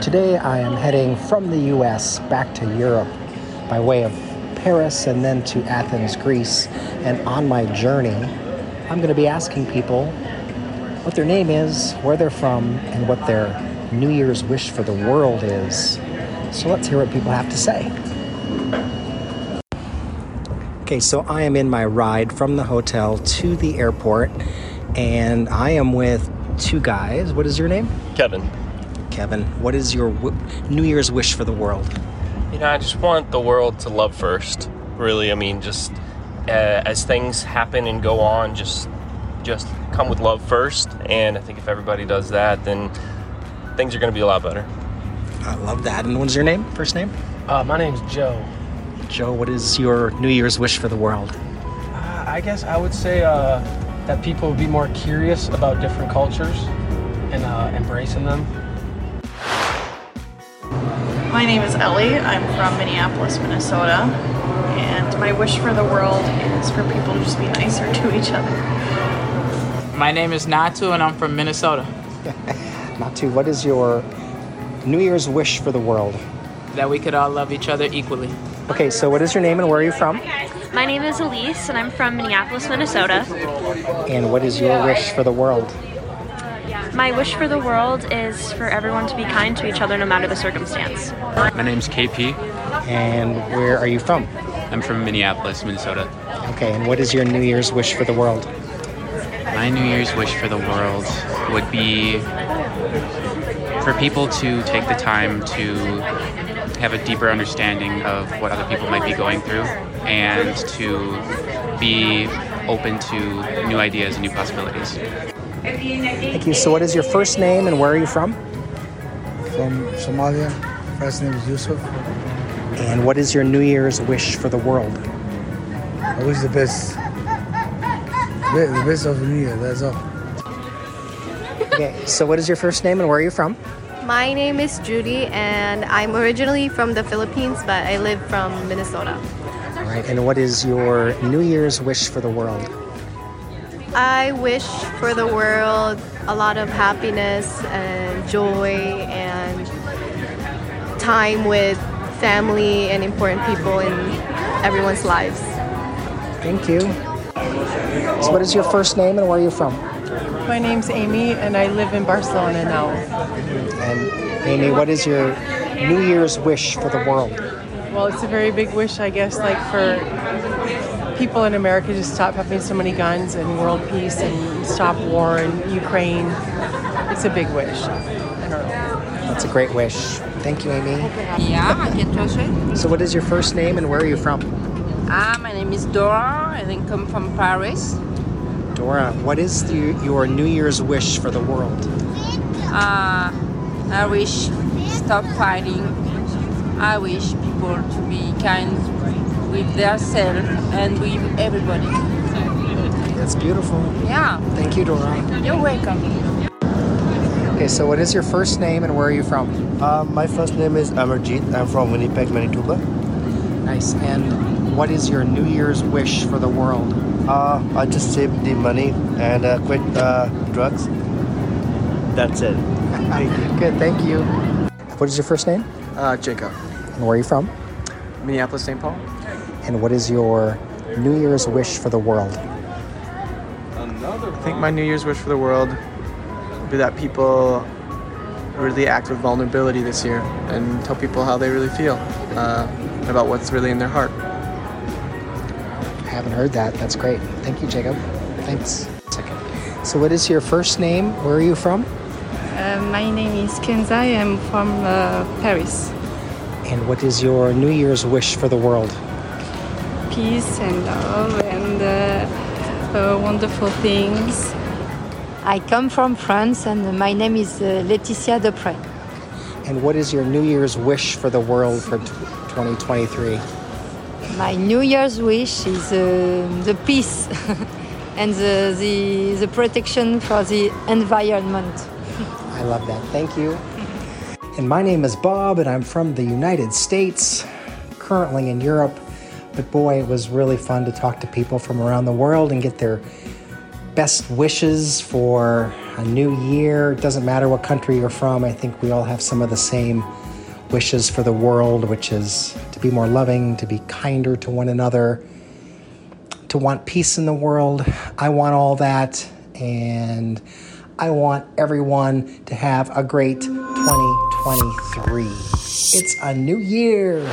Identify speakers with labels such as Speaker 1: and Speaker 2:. Speaker 1: Today I am heading from the US back to Europe by way of Paris and then to Athens, Greece. And on my journey, I'm going to be asking people what their name is, where they're from, and what their New Year's wish for the world is. So let's hear what people have to say. Okay, so I am in my ride from the hotel to the airport, and I am with two guys. What is your name?
Speaker 2: Kevin.
Speaker 1: Kevin, what is your w- New Year's wish for the world?
Speaker 2: You know, I just want the world to love first. Really, I mean, just uh, as things happen and go on, just just come with love first. And I think if everybody does that, then things are going to be a lot better.
Speaker 1: I love that. And what's your name? First name?
Speaker 3: Uh, my name's Joe.
Speaker 1: Joe, what is your New Year's wish for the world?
Speaker 3: Uh, I guess I would say uh, that people would be more curious about different cultures and uh, embracing them.
Speaker 4: My name is Ellie. I'm from Minneapolis, Minnesota. And my wish for the world is for people to just be nicer to each other.
Speaker 5: My name is Natu, and I'm from Minnesota.
Speaker 1: Natu, what is your New Year's wish for the world?
Speaker 5: That we could all love each other equally.
Speaker 1: Okay, so what is your name and where are you from?
Speaker 6: My name is Elise, and I'm from Minneapolis, Minnesota.
Speaker 1: And what is your wish for the world?
Speaker 6: My wish for the world is for everyone to be kind to each other no matter the circumstance.
Speaker 7: My name's KP.
Speaker 1: And where are you from?
Speaker 7: I'm from Minneapolis, Minnesota.
Speaker 1: Okay, and what is your New Year's wish for the world?
Speaker 7: My New Year's wish for the world would be for people to take the time to have a deeper understanding of what other people might be going through and to be open to new ideas and new possibilities.
Speaker 1: Thank you. So, what is your first name and where are you from?
Speaker 8: from Somalia. First name is Yusuf.
Speaker 1: And what is your New Year's wish for the world?
Speaker 8: I wish the best. Be- The best of New Year, that's all.
Speaker 1: Okay, so what is your first name and where are you from?
Speaker 9: My name is Judy, and I'm originally from the Philippines, but I live from Minnesota.
Speaker 1: All right, and what is your New Year's wish for the world?
Speaker 9: I wish for the world a lot of happiness and joy and time with family and important people in everyone's lives.
Speaker 1: Thank you. So, what is your first name and where are you from?
Speaker 10: My name's Amy, and I live in Barcelona now.
Speaker 1: And Amy, what is your New Year's wish for the world?
Speaker 10: Well, it's a very big wish, I guess, like for people in America to stop having so many guns and world peace and stop war in Ukraine. It's a big wish. I don't know.
Speaker 1: That's a great wish. Thank you, Amy.
Speaker 11: Yeah, I can translate.
Speaker 1: So, what is your first name and where are you from?
Speaker 11: Ah, my name is Dora, and I come from Paris.
Speaker 1: Dora, what is the, your New Year's wish for the world?
Speaker 11: Uh, I wish stop fighting. I wish people to be kind with themselves and with everybody.
Speaker 1: That's beautiful.
Speaker 11: Yeah,
Speaker 1: Thank you, Dora.
Speaker 11: you're welcome.
Speaker 1: Okay, so what is your first name and where are you from?
Speaker 12: Uh, my first name is Amarjeet. I'm from Winnipeg, Manitoba.
Speaker 1: Nice. And what is your New Year's wish for the world?
Speaker 12: Uh, I just save the money and uh, quit uh, drugs. That's it.
Speaker 1: Good, thank you. What is your first name
Speaker 3: Uh, Jacob.
Speaker 1: and where are you from?
Speaker 3: Minneapolis, St. Paul.
Speaker 1: And what is your New Year's wish for the world?
Speaker 3: I think my New Year's wish for the world would be that people really act with vulnerability this year and tell people how they really feel uh, about what's really in their heart.
Speaker 1: I haven't heard that. That's great. Thank you, Jacob. Thanks. Second. So, what is your first name? Where are you from?
Speaker 9: Uh, my name is Kenzai. I'm from uh, Paris.
Speaker 1: And what is your New Year's wish for the world?
Speaker 9: Peace and love and wonderful things.
Speaker 11: I come from France, and my name is uh, Laetitia Depre.
Speaker 1: And what is your New Year's wish for the world for t- 2023?
Speaker 11: My New Year's wish is uh, the peace and the, the, the protection for the environment.
Speaker 1: I love that. Thank you. And my name is Bob, and I'm from the United States, currently in Europe. But boy, it was really fun to talk to people from around the world and get their best wishes for a new year. It doesn't matter what country you're from, I think we all have some of the same wishes for the world, which is to be more loving, to be kinder to one another, to want peace in the world. I want all that, and I want everyone to have a great 2023. It's a new year.